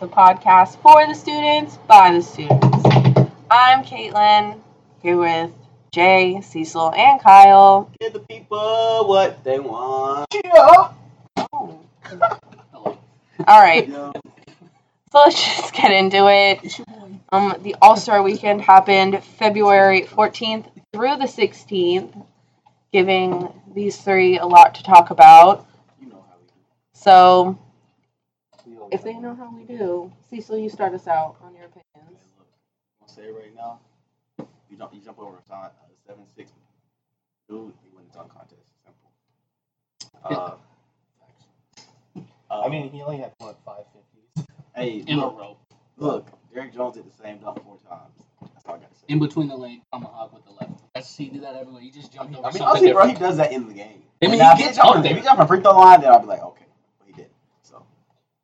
the podcast for the students by the students. I'm Caitlin, here with Jay, Cecil, and Kyle. Give the people what they want. Oh. All right, so let's just get into it. Um, the All Star Weekend happened February 14th through the 16th, giving these three a lot to talk about. You know how we So, do. We always if they know how we do, Cecil, you start us out on your opinions. Hey, look, I'm gonna say it right now. You jump, you jump over a sign, uh, seven six. Dude, you win the dunk contest. Simple. Uh, uh, I mean, he only had what five fifties hey, in a look, row. look, Derrick Jones did the same dunk four times. That's all I gotta say. In between the leg, tomahawk with the left. That's see, he did that everywhere. He just I jumped mean, over I mean something honestly, bro, he different. does that in the game. I mean, Now, he if gets jump up from- If there, he jump from free throw line, then I'll be like, okay, but he did. So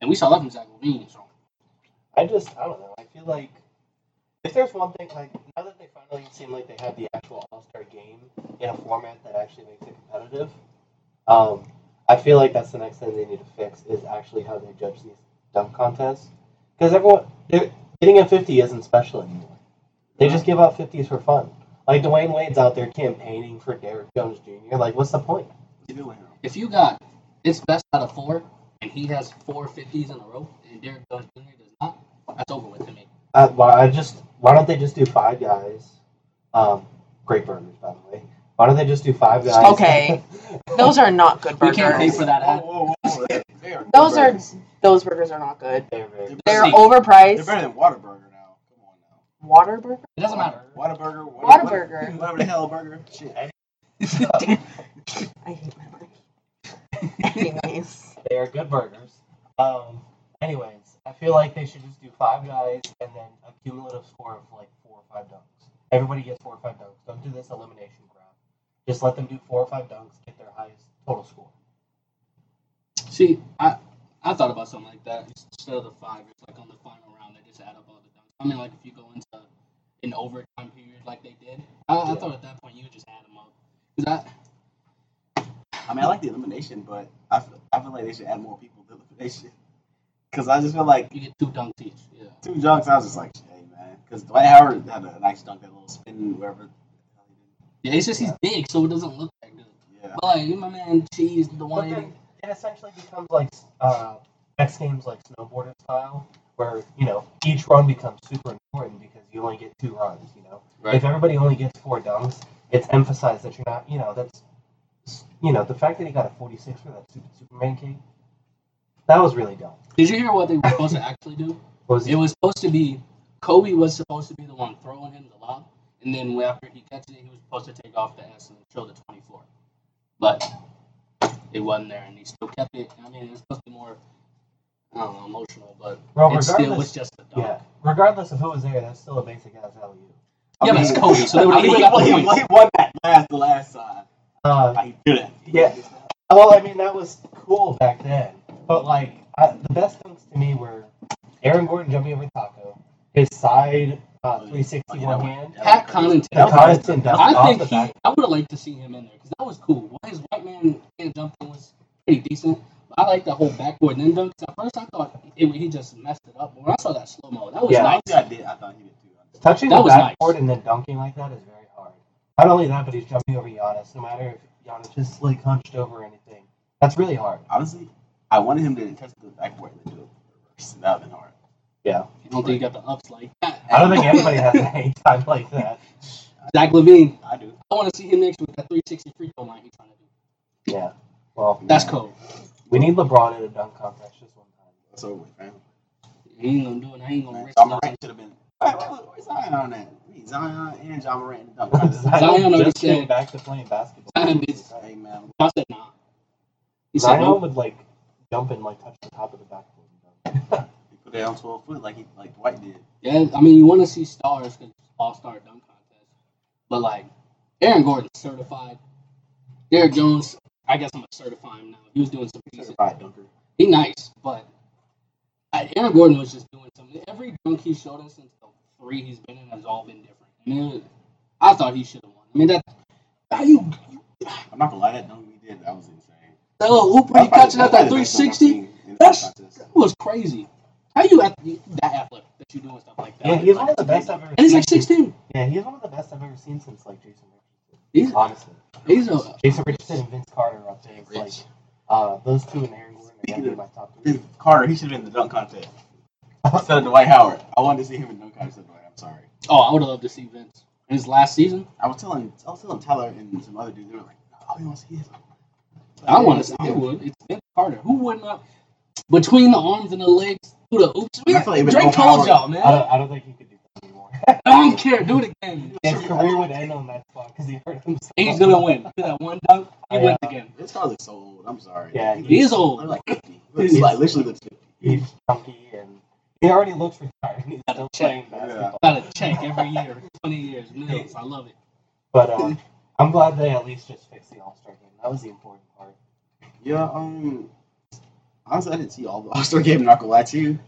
and we saw that from Zach Levine. So I just, I don't know. I feel like if there's one thing, like now that they finally seem like they have the actual All Star game in a format that actually makes it competitive, um, I feel like that's the next thing they need to fix is actually how they judge these dunk contests. Because everyone, they're- getting a fifty isn't special anymore. They just Mm-hmm. give out fifties for fun. Like Dwayne Wade's out there campaigning for Derrick Jones Jr. Like, what's the point? he's doing it. if you got it's best out of four, and he has four 50s in a row, and Derrick Jones Jr. does not, that's over with to me. Uh, why I just why don't they just do five guys? Um, great burgers, by the way. Why don't they just do five guys? Okay. Those are not good We burgers. can't pay for that Whoa, ad. whoa, whoa, they- they are Those are- burgers. Those burgers are not good. They're very- They're See, They're overpriced. better than Whataburger now. Come on now. Water burger? It doesn't matter. Whataburger. what- Whataburger. Whatever the hell burger. Shit. I hate my burgers. Anyways. they are good burgers. Um, anyways, I feel like they should just do five guys and then a cumulative score of like four or five dunks. Everybody gets four or five dunks. Don't do this elimination crap. Just let them do four or five dunks, get their highest total score. See, I I thought about something like that instead of the five. It's like on the final round, they just add up all the dunks. I mean, like if you go into an overtime period like they did, I, I Yeah. thought at that point you would just add them up. 'Cause I, I mean, I like the elimination, but I feel, I feel like they should add more people to elimination. Because I just feel like you get two dunks each. Yeah. two dunks, I was just like, hey, man. Because Dwight Howard had a nice dunk, that little spin, wherever. Yeah, it's just he's big, so it doesn't look that good. Yeah. But like my man Cheese, the But one then it essentially becomes like uh, X Games, like snowboarding style, where you know each run becomes super important because you only get two runs. You know, if everybody only gets four dunks, it's emphasized that you're not. You know, that's you know the fact that he got a 46 for that stupid Superman kick, that was really dumb. Did you hear what they were supposed to actually do? What was It it? was supposed to be Kobe was supposed to be the one throwing him the lob, and then after he catches it, he was supposed to take off the S and show the 24. But it wasn't there, and he still kept it. I mean, it's supposed to be more I don't know, emotional, but Well, it still was regardless, just a dunk. yeah, regardless of who was there, that's still a basic ass alley. I Yeah, but mean, it's Kobe, so they would've I mean, even got the he, point. he, he won that last, the last side. Uh, I do that. Yeah. Well, I mean, that was cool back then. But, like, I, the best dunks to me were Aaron Gordon jumping over Taco, his side uh, 360 one hand, Pat Connaughton. the constant dunk I off think the he, back. I would have liked to see him in there because that was cool. Well, his white man hand jumping was pretty decent. But I like that whole backboard and then dunk. 'cause At first, I thought it, he just messed it up. But when I saw that slow mo, that was Yeah. I nice. think I did. I thought he did too. Touching That the was nice. backboard and then dunking like that is very hard. Not only that, but he's jumping over Giannis, no matter if Giannis is, like, hunched over or anything. That's really hard. Honestly, I wanted him to touch the backboard and do it reverse. That would have been hard. You don't think you got the ups like that? I don't think anybody has a hang time like that. Zach Levine. I do. I want to see him next with that 360 free throw line he's trying to do. Yeah. Well, That's cool. we need LeBron in a dunk contest just one time. That's over with, man. He ain't gonna do it. I ain't gonna Man, risk John nothing. Morant should have been. Wait, wait, wait, where's Zion on that? We need Zion and John Morant in the dunk contest. Zion already just came said- back to playing basketball. Zion is- Hey, man. I said nah. He said Zion no. would like jump and like touch the top of the backboard. He put it on 12 foot like he like Dwight did. Yeah, I mean you want to see stars because all star dunk contest, but like Aaron Gordon certified. Derrick Jones, I guess I'm gonna certify him now. He was doing some decent. Certified dunker. He nice, but I, Aaron Gordon was just doing something. Every dunk he showed us since the three he's been in has all been different. And it, I thought he should have won. I mean that how you I'm not gonna lie, that dunk he did, that was insane. that little hooper he catching at that 360 That's That was crazy. How you at that athletic that you doing stuff like that? Yeah, he's one of the best I've ever. And he's seen. like 16. Yeah, he's one of the best I've ever seen since like Jason Richardson. He's Honestly, he's a Jason Richardson and Vince Carter are up there. It's like Rich. uh, those two and Aaron Gordon are gonna be my top three. Dude, Carter, he should have been in the dunk contest instead of Dwight Howard. I wanted to see him in the dunk contest. Instead of Dwight. I'm sorry. oh I would have loved to see Vince in his last season. I was telling, I was telling Tyler and some other dudes. They were like, "Oh, you want to see him?" I want to see. I would. It's Vince Carter. Who would not? Between the arms and the legs, who the oops? I feel like it was Drake Bo told Howard. y'all, I man. don't, I don't think he could do that anymore. I don't care. Do it again. His career would end on that spot because he hurt himself. And he's gonna win. See That one dunk, he Oh, I, wins uh, again. This guy looks so old. I'm sorry. Yeah, He is I'm old. like 50. He's like literally looks 50. He's chunky and he already looks retired. He's still playing Yeah. basketball. Got a check every year, twenty years, Mills. I love it. But um, I'm glad they at least just fixed the All Star game. That was the important part. Yeah. Um. Honestly, I didn't see all the All Star game. Not gonna lie to you,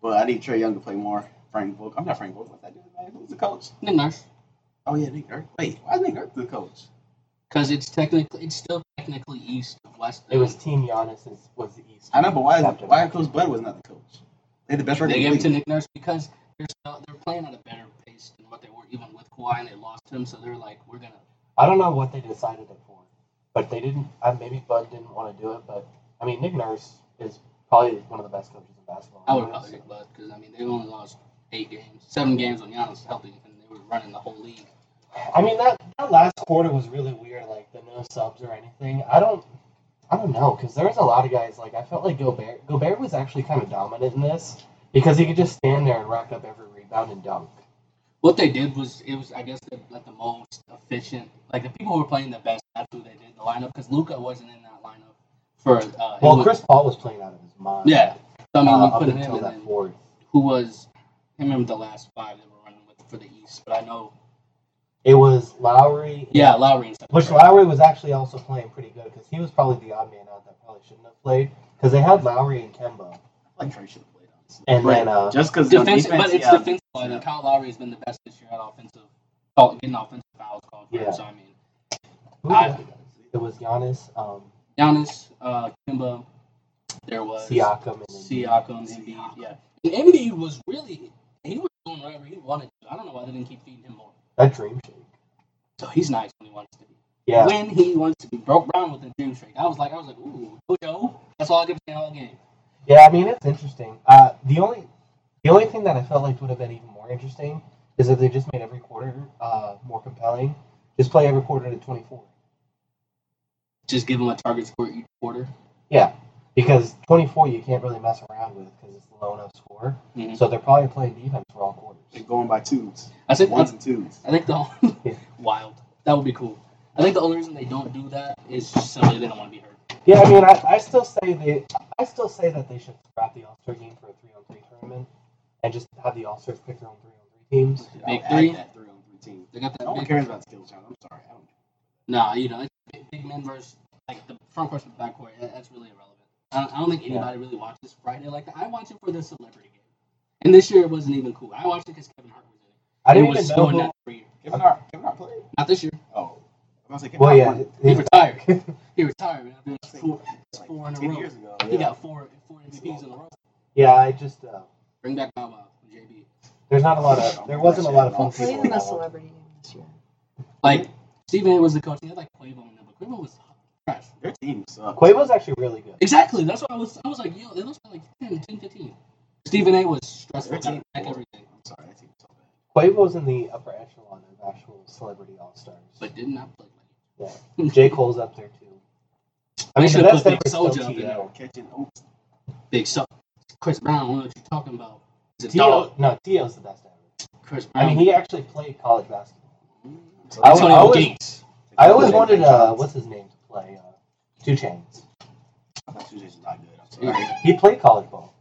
but I need Trey Young to play more. Frank Book. I'm not Frank Book. What's that dude? Man? Who's the coach? Nick Nurse, Oh yeah, Nick Nurse. Wait, why is Nick Nurse the coach? because it's technically, it's still technically east of west. It was Team Giannis is, was the East. I know, but why is After why that. Coach Bud was not the coach? They had the best record. They in gave the it to league. Nick Nurse because they're still, they're playing at a better pace than what they were even with Kawhi, and they lost him. So they're like, we're gonna. I don't know what they decided it for, but they didn't. Uh, maybe Bud didn't want to do it, but I mean Nick Nurse is probably one of the best coaches in basketball. I would rather get Bud because I mean they only lost eight games, seven games on Giannis healthy, and they were running the whole league. I mean that that last quarter was really weird. Like the no subs or anything. I don't. I don't know because there was a lot of guys. Like I felt like Gobert. Gobert was actually kind of dominant in this because he could just stand there and rack up every rebound and dunk. What they did was it was I guess the, like the most efficient, like the people who were playing the best. That's who they did the lineup because Luca wasn't in that lineup for. Uh, it Well, was- Chris Paul was playing out of his mind. Yeah. So, I mean, uh, we up put him until in, that and then fourth. who was? I remember the last five that were running with for the East, but I know. It was Lowry. Yeah, Lowry and stuff. Which Lowry was actually also playing pretty good because he was probably the odd man out that probably shouldn't have played because they had Lowry and Kemba. I like Trey should have played honestly. And Right. then, uh, just because defensive, but it's yeah, defensive. line. And Kyle Lowry has been the best this year at offensive, call, getting offensive fouls called. for him. Yeah. So I mean, who I- was it? it was Giannis, um, Giannis, uh, Kimba, there was Siakam, and then Siakam, Embiid. Yeah, and Embiid was really he was doing whatever he wanted to. I don't know why they didn't keep feeding him more. that dream shake. So he's nice when he wants to be. Yeah, When he wants to be broke Brown with a dream streak. I was like, I was like, ooh, yo, that's all I give him all game. yeah. I mean, it's interesting. Uh, the only, the only thing that I felt like would have been even more interesting is if they just made every quarter uh, more compelling. Just play every quarter to twenty four. Just give him a target score each quarter. Yeah, because twenty four you can't really mess around with because it's the low enough score. Mhm. So they're probably playing defense for all quarters. they're going by twos, I think ones and twos. I think the only- Yeah. wild. That would be cool. I think the only reason they don't do that is just simply they don't want to be hurt. Yeah, I mean, I, I still say they, I still say that they should scrap the All Star game for a three on three tournament, and just have the All Stars pick their own three on three teams. Dude, Big I'll add three? That three on three team. They got that. No one big- cares about skill challenge. I'm sorry. I don't. Nah, you know, it's big, big men versus like the front court and back court. That, that's really irrelevant. I don't, I don't think Yeah. anybody really watches Friday like that. I watch it for the celebrity game, and this year it wasn't even cool. I watched it because Kevin Hart was in it. I didn't it even was know. so Who, nuts for you. Kevin Hart. Kevin Hart played. Not this year. Oh, I was like, well, yeah, He they- retired. he retired. Man. I mean, it's four, it's like, four in a ten row. years ago. He yeah. got four four MVPs in a row. yeah. I just uh, Bring back Bow Wow, JB. there's not a lot of there wasn't a lot of fun Who played people. in around. game this year? Like Stephen A. was the coach. He had like Quavo in there, but Quavo was trash. Their team sucks. Quavo's actually really good. Exactly. That's what I was. I was like, yo, they lost by like 10, 10 15. Stephen A. was stressful. Their Got team. back everything, I'm sorry. That team is so bad. Quavo's in the upper echelon of actual celebrity All Stars. but did not play. Yeah, J Cole's up there too. I They mean, the should've best put ever Big Soulja still up in T.O. there. Catching oops. Big so Chris Brown. I don't know what you're talking about. He's a dog. T.O. No, T.O.'s the best ever. Chris Brown. I mean, he actually played college basketball. So I was- Tony I was- Gates. I always wanted uh, what's his name to play uh, Two Chains. I thought Tuesday's not good. I'm sorry. He played college ball.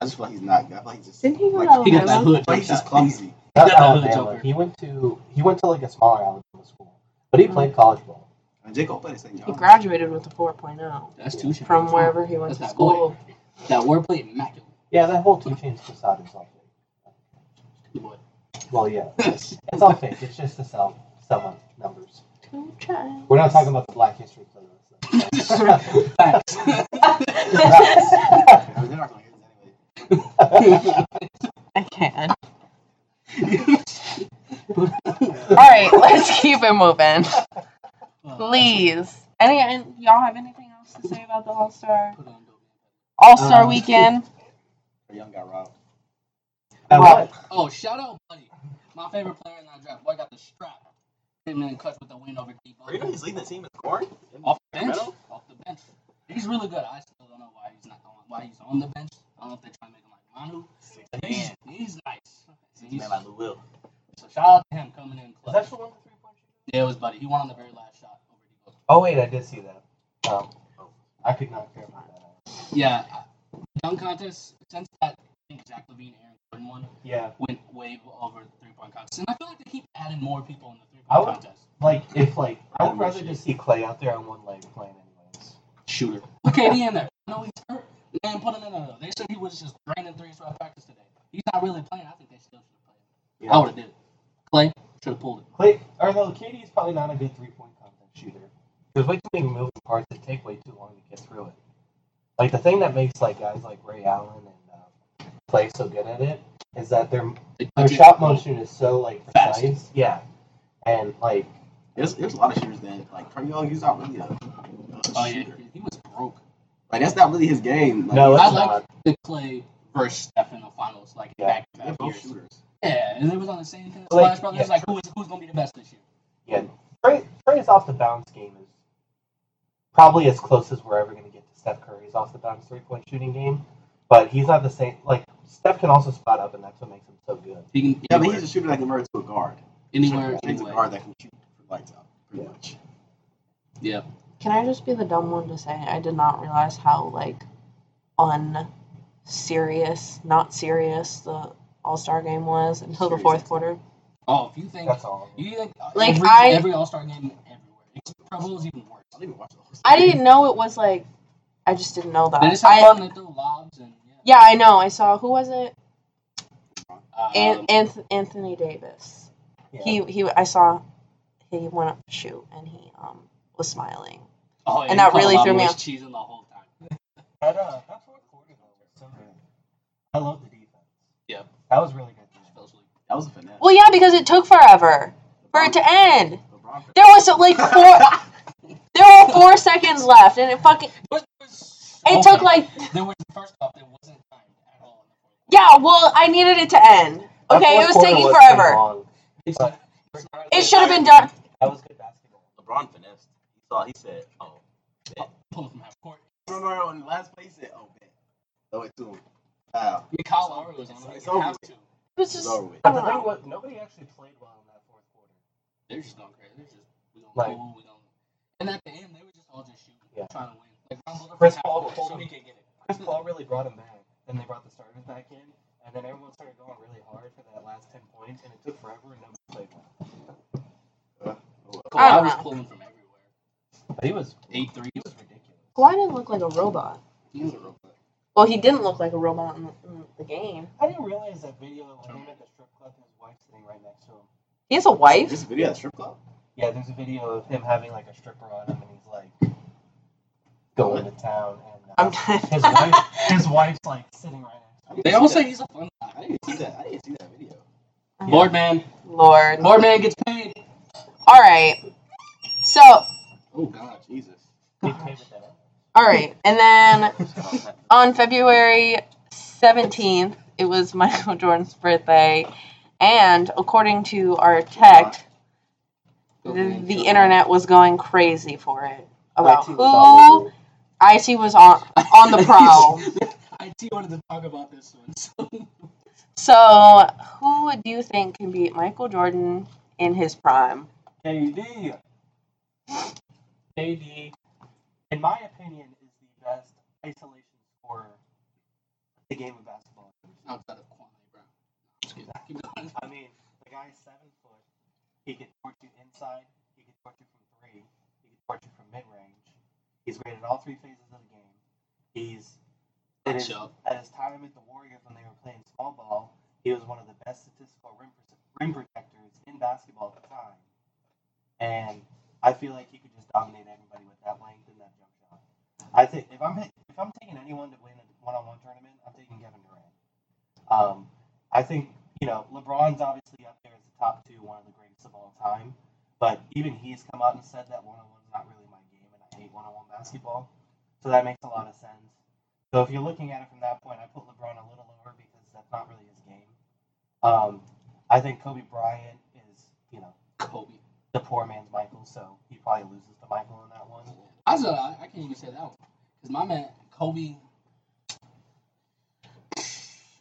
I just feel like he's not good. I feel like he's just. Didn't he go like, to He got that hood. I feel like he's just clumsy. Not Yeah, I was a Alabama. joker. He went to he went to like a smaller Alabama school, but he played college ball. And J Cole played at St. He John's. graduated with a 4.0 That's two shots. from wherever he went That's to that boy. school. That wordplay immaculate. Yeah, that whole Two Chains facade is all fake. Good boy. Well, yeah, it's all fake. It's just to sell sell up numbers. Two child. We're not talking about the Black History playlist. Facts. That's I mean, they're not gonna get it anyway. I can't. All right, let's keep it moving. Please. Any and y'all have anything else to say about the All Star Put on dope. All Star Um, Weekend? Or Young got robbed. I Wow. what? Oh, shout out, buddy. My favorite player in that draft. Boy, got the strap. Came in and clutch with the win over Debo. Or even Oh, he's leading the team in scoring. Off the bench. Metal? Off the bench. He's really good. I still don't know why he's not on, why he's on the bench. I don't know if they're trying to make him like Manu. But he's, Man. he's nice. He's- Man, like Lou Will. so shout out to him coming in Is clutch. that the one with three point shooting? Yeah, it was buddy. He won on the very last shot over Oh wait, I did see that. Um, I could not care about that. Debo. Yeah, I- dunk contest since that I think Zach Levine, Aaron Gordon one Yeah. went way over the three point contest, and I feel like they keep adding more people in the three I point would- contest. Like if like I would Oh, rather shit. just see Clay out there on one leg playing anyways. shooter. Put KD in there. No, he's hurt. Man, put him in there. They said he was just draining threes throughout practice today. He's not really playing. I think they still should have played. him. Yeah. I would have did it. Clay should have pulled it. Clay Oh, or no, KD is probably not a good three point contest shooter. There's way too many moving parts that take way too long to get through it. Like the thing that makes like guys like Ray Allen and um, Clay so good at it is that their They their took it. shot motion is so like Fast. precise. Yeah, and like There's, there's a lot of shooters that like Trey Young. He's not really a, a Oh yeah, shooter. he was broke. Like that's not really his game. Like, no, it's I like- not. The Clay versus Steph in the finals, like Yeah. back to they're back both years. shooters. Yeah, and it was on the same thing. as Like, Splash Brothers, yeah, like who is who's gonna be the best this year? Yeah, Trey, Trey's off the bounce game is probably as close as we're ever going to get to Steph Curry's off the bounce three point shooting game, but he's not the same. Like Steph can also spot up, and that's what makes him so good. He can Yeah, but anywhere, he's a shooter that converts to a guard. anywhere, he's a anyway. guard that can shoot for lights out, pretty Yeah. much. Yeah, Can I just be the dumb one to say I did not realize how like unserious, not serious the All Star game was until the Serious. fourth quarter. Oh, if you think That's all. you think uh, Like, every, I- every All Star game everywhere, it's probably even worse. I don't even watch the whole I didn't know it was like. I just didn't know that. They just have I, fun. They throw lobs and yeah. yeah, I know. I saw who was it? Uh, An- Anth- Anthony Davis. Yeah. He he. I saw he went up to shoot and he um was smiling. Oh, And that you caught really a lot threw me more off. cheese in the whole time. That, uh, that fourth quarter though was so good. I love the defense. Yeah. That was really good. Just fell asleep. That was a finesse. Well, yeah, because it took forever for it to end. LeBron There was like four. there were four seconds left, and it fucking But it it Oh took like there was first off there wasn't time at all. yeah. Well, I needed it to end. That Okay, fourth it was quarter taking was so forever. long. It's But- It should have been done. That was good basketball. LeBron finessed. He saw. He said, "Oh." pulled from half court. Remember on the last play, he said, "Oh man." Throw it to him. Wow. I mean, Kyle Lowry was on It's the over. You have to. It was just. It's over with. I But the don't thing know. was, nobody actually played well in that fourth quarter. They're just going crazy. They're just we don't Like- pull, we don't. And at the end, they were just all just shooting, Yeah. trying to win. Like Ron Butler Chris from Paul half pulled court, so he him. could get it. Chris Paul really brought him back. Then they brought the starters back in, and then everyone started going really hard for that last ten points, and it took forever, and nobody played well. I Kawhi don't was know. pulling from everywhere. But he was Eight threes. he was ridiculous. Kawhi didn't look like a robot. He was a real player. Well, he didn't look like a robot in the, in the game. I didn't realize that video of him at the strip club and his wife sitting right next to him. He has a wife. This video at strip club. Yeah, there's a video of him having like a stripper on him, and he's like going to town, I'm and uh, his wife his wife's like sitting right next. to him. I didn't They see all that. say he's a fun I guy. didn't see that. I didn't see that video. Board man. Lord. All Board man gets paid. right. So, Oh God, Jesus. He played with that. all right. And then That on February 17th, it was Michael Jordan's birthday. And according to our tech, the, the internet was going crazy for it. About IT was all who over it. IT was on, on the prowl. IT wanted to talk about this one. So So, who do you think can beat Michael Jordan in his prime? KD. KD, in my opinion, is the best isolation scorer the game of basketball. outside of Kwame Brown. Just kidding. Keep going. I mean, the guy is seven foot. He can torch you inside. He can torch you from three. He can torch you from mid range. He's great at all three phases of the game. He's at his, Shot. at his time at the Warriors when they were playing small ball, he was one of the best statistical rim, prote- rim protectors in basketball at the time. And I feel like he could just dominate everybody with that length and that jump shot. I think if I'm hit- if I'm taking anyone to win a one on one tournament, I'm taking Kevin Durant. Um, I think you know LeBron's obviously up there as the top two, one of the greatest of all time. But even he's come out and said that one on one's not really my game, and I hate one on one basketball. So that makes a lot of sense. So if you're looking at it from that point, I put LeBron a little lower because that's not really his game. Um, I think Kobe Bryant is you know Kobe. the poor man's Michael, so he probably loses to Michael in that one. I said I, I can't even say that one because my man Kobe.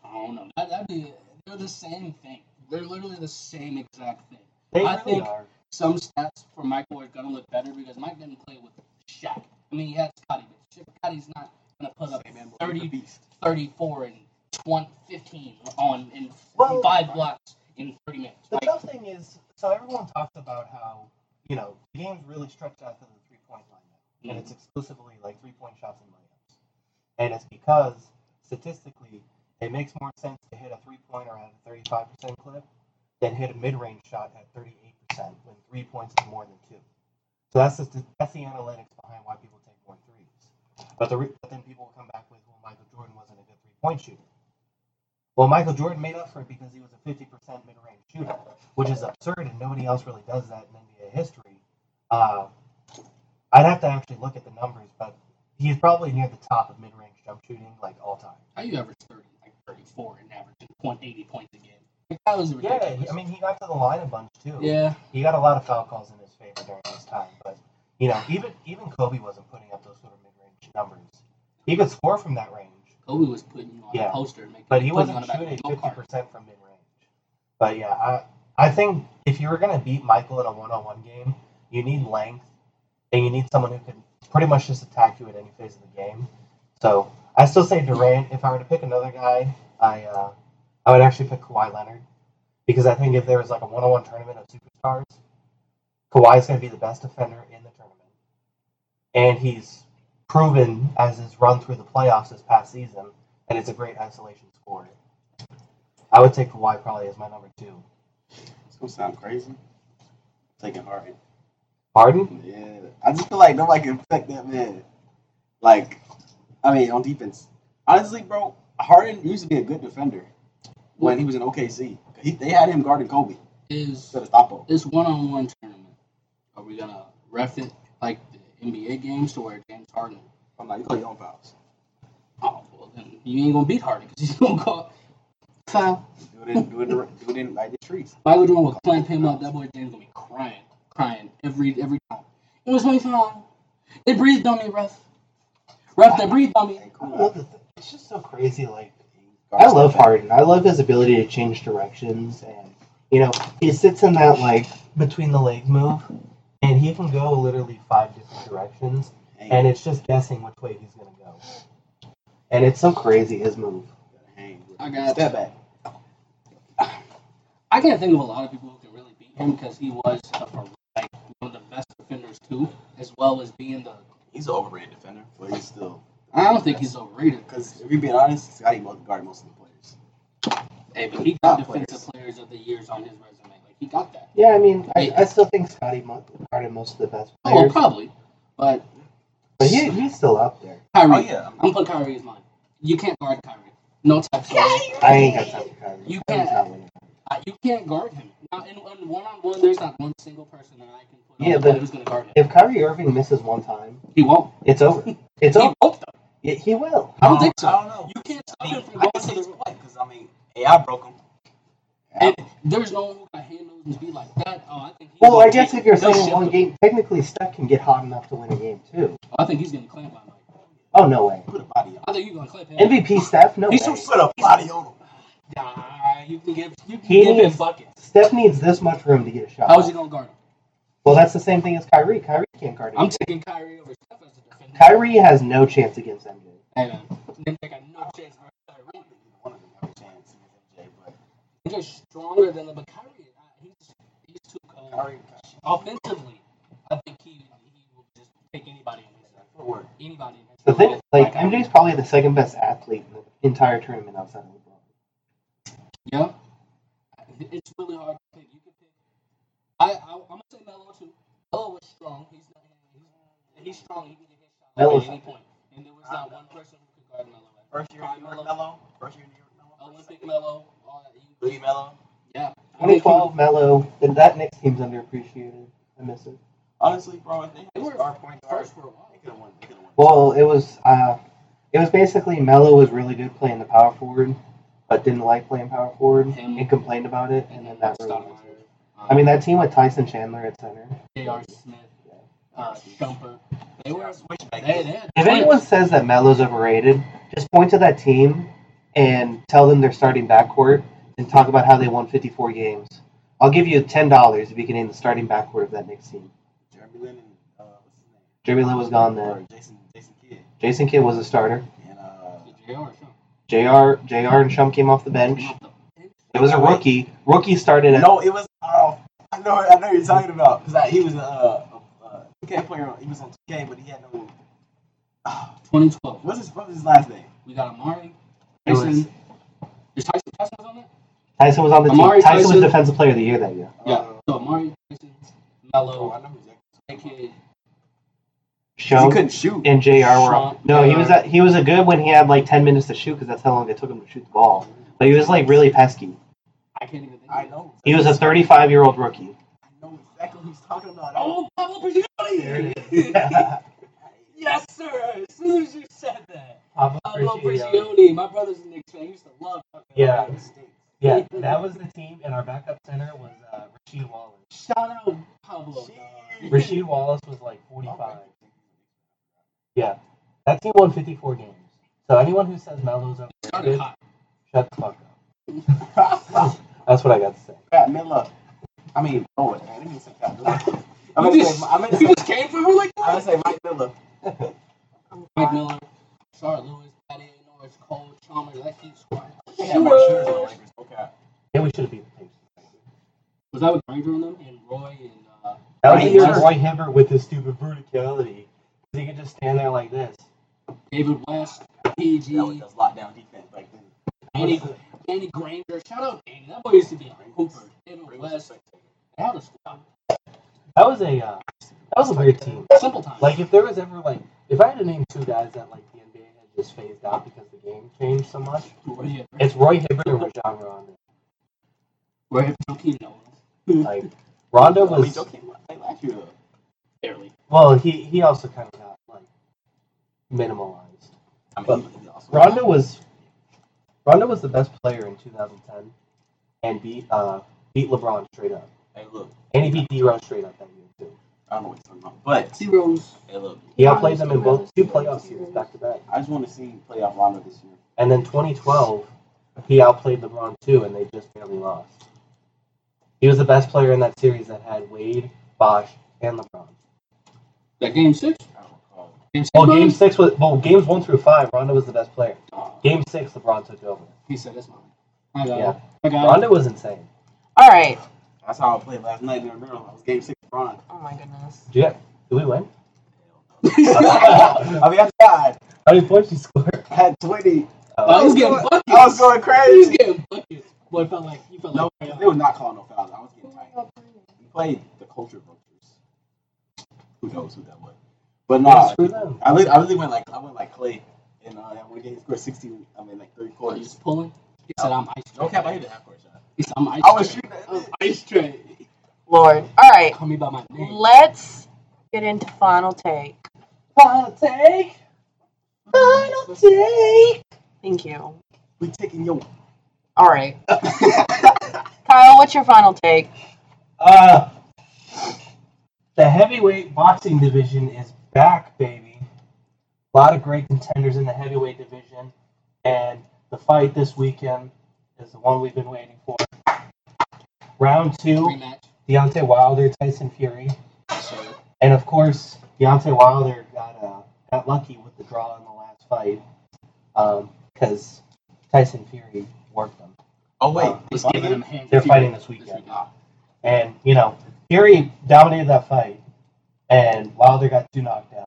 I don't know. That, that'd be they're the same thing. They're literally the same exact thing. They I really think- are. Some stats for Michael are gonna look better because Mike didn't play with Shaq. I mean, he had Scotty, but Scotty's not gonna put up Say, man, believe the 30, beast. 34 and 20, 15 on in Well- five blocks in 30 minutes. The Like, tough thing is, so everyone talks about how you know the game's really stretched out to the three point line, now, and it's exclusively like three point shots and layups, and it's because statistically it makes more sense to hit a three pointer at a thirty five percent clip than hit a mid range shot at thirty eight percent when three points is more than two. So that's just that's the analytics behind why people take more threes. But the re- but then people will come back with, well, Michael Jordan wasn't a good three point shooter. Well, Michael Jordan made up for it because he was a 50% mid range shooter, which is absurd, and nobody else really does that in NBA history. Uh, I'd have to actually look at the numbers, but he's probably near the top of mid range jump shooting, like all time. how you average 30, like 34 and averaging point 80 points a game? Like, that was ridiculous. I mean, he got to the line a bunch, too. yeah. He got a lot of foul calls in his favor during this time, but, you know, even, even Kobe wasn't putting up those sort of mid range numbers. He could score from that range. Kobe was putting you on Yeah. a poster, and making But he putting you wasn't on the back shooting of a fifty go-kart. percent from mid range. But yeah, I I think if you were gonna beat Michael in a one on one game, you need length and you need someone who can pretty much just attack you at any phase of the game. So I still say Durant. If I were to pick another guy, I uh, I would actually pick Kawhi Leonard because I think if there was like a one on one tournament of superstars, Kawhi's gonna be the best defender in the tournament, and he's proven as his run through the playoffs this past season and it's a great isolation scorer. I would take Kawhi probably as my number two. It's gonna sound crazy. Taking Harden. Harden? Yeah, I just feel like nobody can affect that man. Like, I mean, on defense, honestly, bro, Harden used to be a good defender when he was in OKC. He, they had him guarding Kobe Is instead of Stoppo. this one-on-one tournament? Are we gonna ref it like the NBA games to where James Harden? I'm like, you call your own fouls. Oh, well then you ain't gonna beat Harden because he's gonna call foul. Do it in, do it in, do it in like the trees. Michael Jordan will clamp him up. That boy James gonna be crying, crying every every time. It was my foul. They breathed on me, ref. Ref, they breathed on me. Ain't I cool. love the thing. It's just so crazy. Like Guard I love Stoppo. Harden. I love his ability to change directions, and you know he sits in that like between the legs move, and he can go literally five different directions, Hang. and it's just guessing which way he's gonna go. And it's so crazy his move. Hang. I got- Step back. I can't think of a lot of people who can really beat him because he was a, like one of the best defenders too, as well as being the. He's an overrated defender, but he's still. I don't think he's overrated. Because if you're being honest, Scotty most guarded most of the players. Hey, but he got Top players. defensive players. of the years on his resume. Like he got that. Yeah, I mean, I, I- I still think Scotty Harden most of the best Oh, well, players, probably. But but he, he's still up there. Kyrie, Oh, yeah. I'm- I'm putting Kyrie as mine. You can't guard Kyrie. No type of way. I ain't got time for Kyrie. You Kyrie's can't- not winning. I- Uh, You can't guard him. Now, in one on one, there's not one single person that I can put Yeah, on the but- who's going to guard him. If Kyrie Irving misses one time, He won't. it's over. It's He over. won't. though. He, he will. I don't think so. I don't know. You can't stop I mean, him from I going can to see the his rim. point because I mean, AI broke him. And there's no one who can handle and be like that. Oh, I think. he's Well, gonna I guess take- if you're they'll saying ship one him. game, technically Steph can get hot enough to win a game too. Oh, I think he's gonna clamp on Mike. Oh no way. Put a body on. I think you're gonna clamp him. MVP Steph, no way. He's so Put a body on him. Nah, you can give you can He give him needs- buckets. Steph needs this much room to get a shot. How is he gonna guard him? Well, that's the same thing as Kyrie. Kyrie can't guard I'm him. taking Kyrie over Steph as a defender. Kyrie has no chance against MJ. Hey man, them they got no chance versus Kyrie. One of them have a chance against MJ, but He's just stronger than the but Kyrie. uh, He's he's too cold. Kyrie, Offensively, I think he he will just take anybody in his uh, footwork. anybody in his The thing, life. like MJ's probably the second best athlete in the entire tournament outside of LeBron. Yeah. It's really hard to pick. You can pick. I, I I'm gonna say Melo too. Melo was strong. He's not, he's, he's strong. He can get his shot Melo's- at any point. And there was not one person who could guard Melo. First year in New York, Melo. First year in New York, Melo. Olympic Melo, all that. You, Lee Mello. yeah. I mean, 2012 Mello. Then that Knicks team's underappreciated. I miss it. Honestly, bro, if they They had were a star point guard, first for a while. they could have won. They could have won. Well, it was uh, it was basically Mello was really good playing the power forward, but didn't like playing power forward Him. and complained about it, and then that ruined. Stoudemire, it. um, I mean, that team with Tyson Chandler at center. J.R. Smith, uh, Shumpert. They were. They, switchback. they had If anyone says that Melo's overrated, just point to that team and tell them they're starting backcourt and talk about how they won 54 games. I'll give you $10 if you can name the starting backcourt of that Knicks team. Jeremy Lin and uh, what's his name? Jeremy Lin was gone then. Or Jason Jason Kidd Jason Kidd was a starter. and uh, J.R. JR, JR and Shum came off the bench. Shumpert. It was a rookie. Rookie started at no, it was uh, I know I know what you're talking about because he was uh, uh 2K player. on- He was on 2K, but he had no. Uh, 2012. what's his what's his last name? We got Amari. It was- Tyson. Is Tyson Tyson was on that? Tyson was on the team. Amari Tyson, was Tyson. defensive player of the year that year. Yeah. Uh, So Amari, Tyson, oh, Mello, I know who Jack. AKA. He Shum couldn't shoot. and JR were Shum, no. He was JR. at, he was a good when he had like 10 minutes to shoot because that's how long it took him to shoot the ball. But he was like really pesky. I can't even think. I of it. know. He was a 35 year old rookie. I know exactly who he's talking about. Oh, Pablo Prigioni! yes, sir. As soon as you said that, Pablo Prigioni, my brother's a Knicks fan. He used to love. Pablo Yeah. Prigioni. Yeah, that was the team, and our backup center was uh, Rasheed Wallace. Shout out Pablo. Jeez. Rasheed Wallace was like 45. Yeah, that team won 54 games. So anyone who says Melo's Started overrated, hot. shut the fuck up. That's what I got to say. Pat Miller. I mean, oh, man, I didn't mean to say Pat Miller. I'm You gonna just- say, I'm gonna He say, just came from her like I'm gonna that. say Mike Miller. Mike Miller, Charlotte Lewis, Patty Norris, Cole Chalmers, that huge squad. They had more shooters than the Lakers. Okay. Yeah, we should have beat the Pacers. Was that with Granger on them and Roy and uh, That was the Right, year sure. Roy Hibbert with his stupid verticality. 'Cause He could just stand there like this. David West, That was PG, just lockdown defense back then. Danny, Danny Granger. Shout out Danny. That boy used to be a hooper. David West. They had a squad. That was a uh, that was a weird team. Simple time. Like if there was ever like if I had to name two guys that like the NBA had just phased out because the game changed so much, Roy Hibbert. it's Roy Hibbert and Rajon Rondo. Roy Hibbert, Joakim Noah. Like Rondo I mean, was Joe came like last year though. Barely. well, he he also kind of got like minimalized. I mean, But he- he also- Rondo was Rondo was the best player in 2010, and beat uh beat LeBron straight up, Hey, look, and he beat D Rose straight up that year too. I don't know what you're talking about, but Zeros. hey, look, He outplayed them in both two playoff series back to back. I just want to see playoff Rondo this year. And then 2012, he outplayed LeBron too, and they just barely lost. He was the best player in that series that had Wade, Bosh, and LeBron. That game six? I don't recall. Game six. Well, game Barnes? six was well, games one through five, Rondo was the best player. Oh, Game six, LeBron took over. he said it's mine. I got Yeah. it. I got it. Rondo was insane. All right. That's how I played last night in the room. I was game six Ron. Oh my goodness. Did, you, did we win? I mean, I tried. How many points did you score? I had 20. I Uh, was getting buckets. I was going He was crazy. getting buckets. Boy, felt like he felt No, like they were not calling no fouls. I was getting tight. We played the culture vultures. Who knows who that was? But yeah, no, screw them. I literally, I literally went like I went like Clay, and uh, that one game he scored 60. I mean like 30 Boy, points. he's pulling. He said, "I'm ice tray." No cap, I hit a half court shot. He said, "I'm ice I was tray." shooting. That I'm bitch. ice tray. Lord. All right. Call me by my name. Let's get into final take. Final take. Final take. Thank you. We taking your. All right. Kyle, what's your final take? Uh, the heavyweight boxing division is back, baby. A lot of great contenders in the heavyweight division, and the fight this weekend is the one we've been waiting for. Round two: Rematch. Deontay Wilder, Tyson Fury, So, and of course, Deontay Wilder got uh, got lucky with the draw in the last fight because Tyson Fury worked him. Oh wait, was Fury? giving him hands. They're fighting this This weekend. weekend. And, you know, Fury dominated that fight, and Wilder got two knockdowns.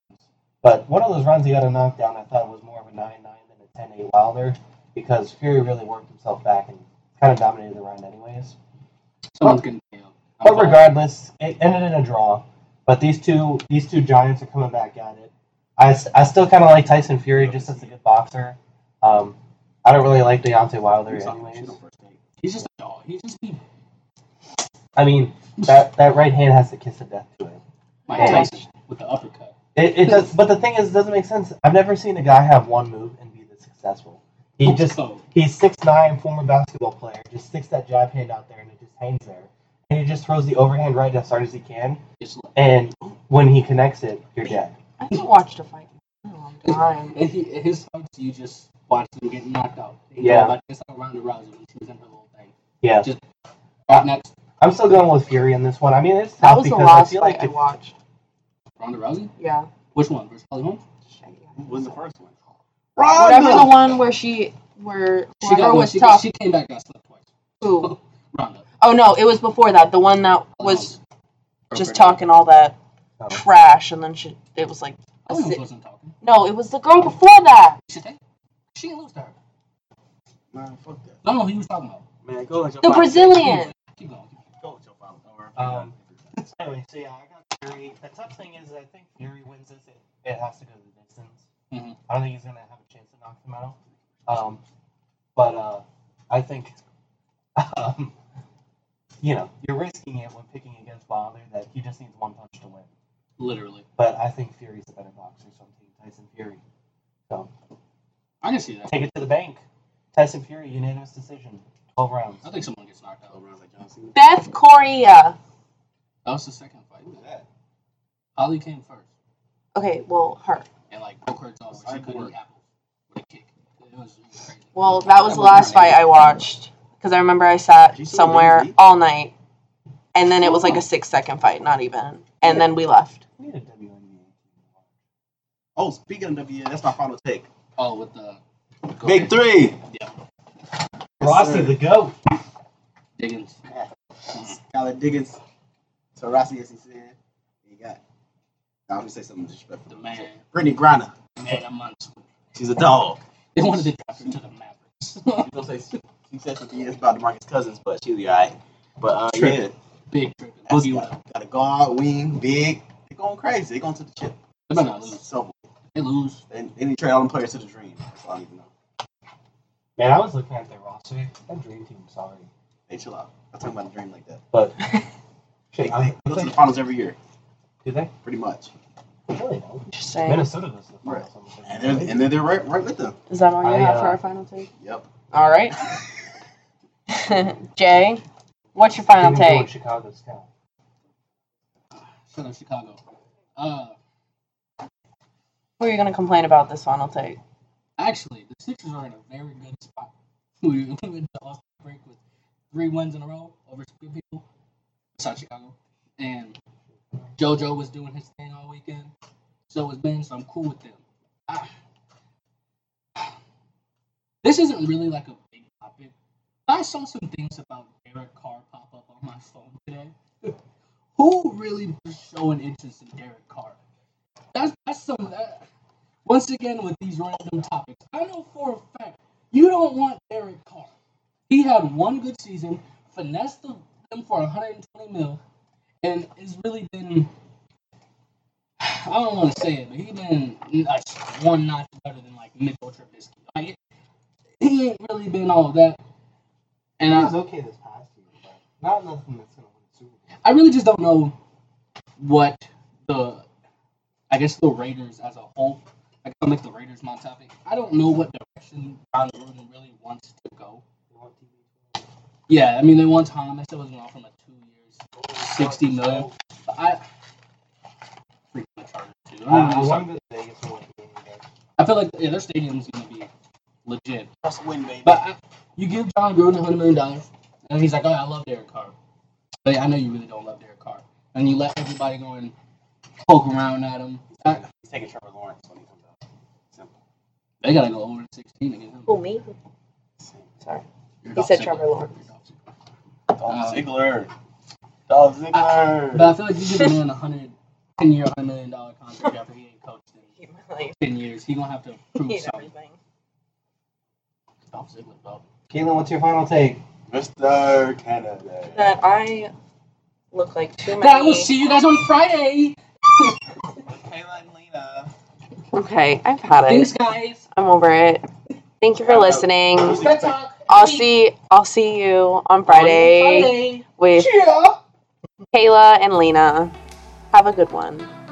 But one of those rounds he got a knockdown, I thought was more of a 9 9 than a 10 8 Wilder, because Fury really worked himself back and kind of dominated the round, anyways. Someone's getting nailed. I'm But sorry. regardless, it ended in a draw. But these two these two giants are coming back at it. I, s- I still kind of like Tyson Fury just as a good boxer. Um, I don't really like Deontay Wilder He's talking anyways. shit on first take. He's just a dog. He's just be I mean, that, that right hand has to kiss the death to it. Mike Yeah. Tyson with the uppercut. It, it does, but the thing is, it doesn't make sense. I've never seen a guy have one move and be this successful. Oh He just So, he's six nine, former basketball player, just sticks that jab hand out there and it just hangs there, and he just throws the overhand right as hard as he can, just like- and when he connects it, you're dead. I haven't watched a fight in a long time. and he, and his fights, you just watch them get knocked out. They go Yeah. Like, it's like Ronda Rousey when she was in her little thing. Yeah, Right next, I'm still going with Fury in this one. I mean, it's That tough was the because I last feel fight like I it's, watched. Ronda Rousey. Yeah. Which one? Versus Holly Holm. Shit, yeah. Who was the first one? Whatever the Ronda! one where she, where Oh, She whoever got was she, tough. she came back and got slept twice. who? Ronda. Oh no, it was before that. The one that was Or just Fernando. talking all that Oh. trash, and then she, it was like, a Holly Holm si- Oh, wasn't talking. no, it was the girl before that. She take. She can lose to her. Man, fuck that. I don't know who you was talking about. Man, go with your The follow- Brazilian. Keep going. Go with your follow- or- Um, Anyway, so yeah, I got Fury. The tough thing is, I think Fury wins this. It, it has to go to the distance. Mhm. I don't think he's gonna have a chance to knock him out. Um, but uh, I think, um, you know, you're risking it when picking against Wilder that he just needs one punch to win. Literally. But I think Fury's a better boxer, so I'm taking Tyson Fury. So I can see that. take it to the bank. Tyson Fury unanimous decision, twelve rounds. I think someone gets knocked out. Go around like John Cena. Beth Correa. That was the second fight. Who was that? Holly came first. Okay, well, her. and like broke her jaw where she couldn't eat apples with a kick. It was, it was crazy. Well, that was the last fight I watched because I remember I sat Did you see somewhere the WWE? all night, and then it was like a six-second fight, not even, and then we left. We need a WNBA. Oh, speaking of WWE, that's my final take. Oh, with the Big three. Yeah. Rossi the goat. Diggins. Skylar Diggins, Tarasi, as he said. He got. I was gonna say something disrespectful. The man. Brittany Griner, Man among two. she's a dog. They wanted to drop her to the Mavericks. You gonna say she said something else about Demarcus Cousins, but she'll be alright. But uh, yeah, Big trip. that's Boogie with got, got a guard, wing, big. They're going crazy. They're going to the chip. They better not lose. So They lose. they, they need to trade all them players to the dream. That's all I need to know. Man, I was looking at their roster. That dream team, sorry. Hey, chill out. I'm talking about a dream like that. But They, shit, I, they go to the finals every year, do they? pretty much. Really no. Just saying. Minnesota goes to the finals. I'm assuming, And they're, and they're, they're right, right with them. Is that all you I, have for uh, our final take? Yep. All right. Jay, what's your final Even though take? Chicago's down. Shut up, Chicago. Uh, Who are you gonna complain about this final take? actually, the Sixers are in a very good spot. We we went to All-Star break with three wins in a row over two people besides Chicago, and JoJo was doing his thing all weekend. So was Ben. So I'm cool with them. Ah. This isn't really like a big topic. but I saw some things about Derek Carr pop up on my phone today. Who really was showing interest in Derek Carr? That's that's some. That, once again with these random topics. I know for a fact you don't want Derek Carr. He had one good season, finessed the- them for 120 mil, and it's really been. I don't want to say it, but he's been like one notch better than like Mitchell Trubisky. Like it, he ain't really been all that. And He I, was okay this past year, but not nothing that's gonna win a Super Bowl. I really just don't know what the I guess the Raiders as a whole. I gotta make the Raiders my topic. I don't know what direction John Gruden really wants to go. They want TV. Yeah, I mean they want Thomas. It was an offer him a two years, sixty million. But I freaking the Chargers too. I, don't I, I know. wanted to Vegas for Uh, one game, but I feel like yeah, their stadium's gonna be legit. That's a win, baby. But I, you give John Gruden hundred million dollars, and he's like, "Oh, I love Derek Carr," but I know you really don't love Derek Carr, and you let everybody go and poke around at him. I- He's taking Trevor Lawrence when he comes out. Simple. they gotta go over to sixteen to get him. Who me? Simple. Sorry. You're He Dolph said Ziggler. Trevor Lawrence. Dolph Ziggler. Dolph Uh, Ziggler. But I feel like you give a man a hundred, ten year, hundred million dollar contract after he ain't coached in ten years, he gonna have to prove something. Dolph Ziggler, bro. Caitlin, what's your final take? Mr. Canada. That I look like too I will many. see you guys on Friday. Kayla and Lena. Okay, I've had it. Thanks, guys. I'm over it. Thank you for listening. Respect talk. I'll see I'll see you on Friday with Cheer. Kayla and Lena. Have a good one.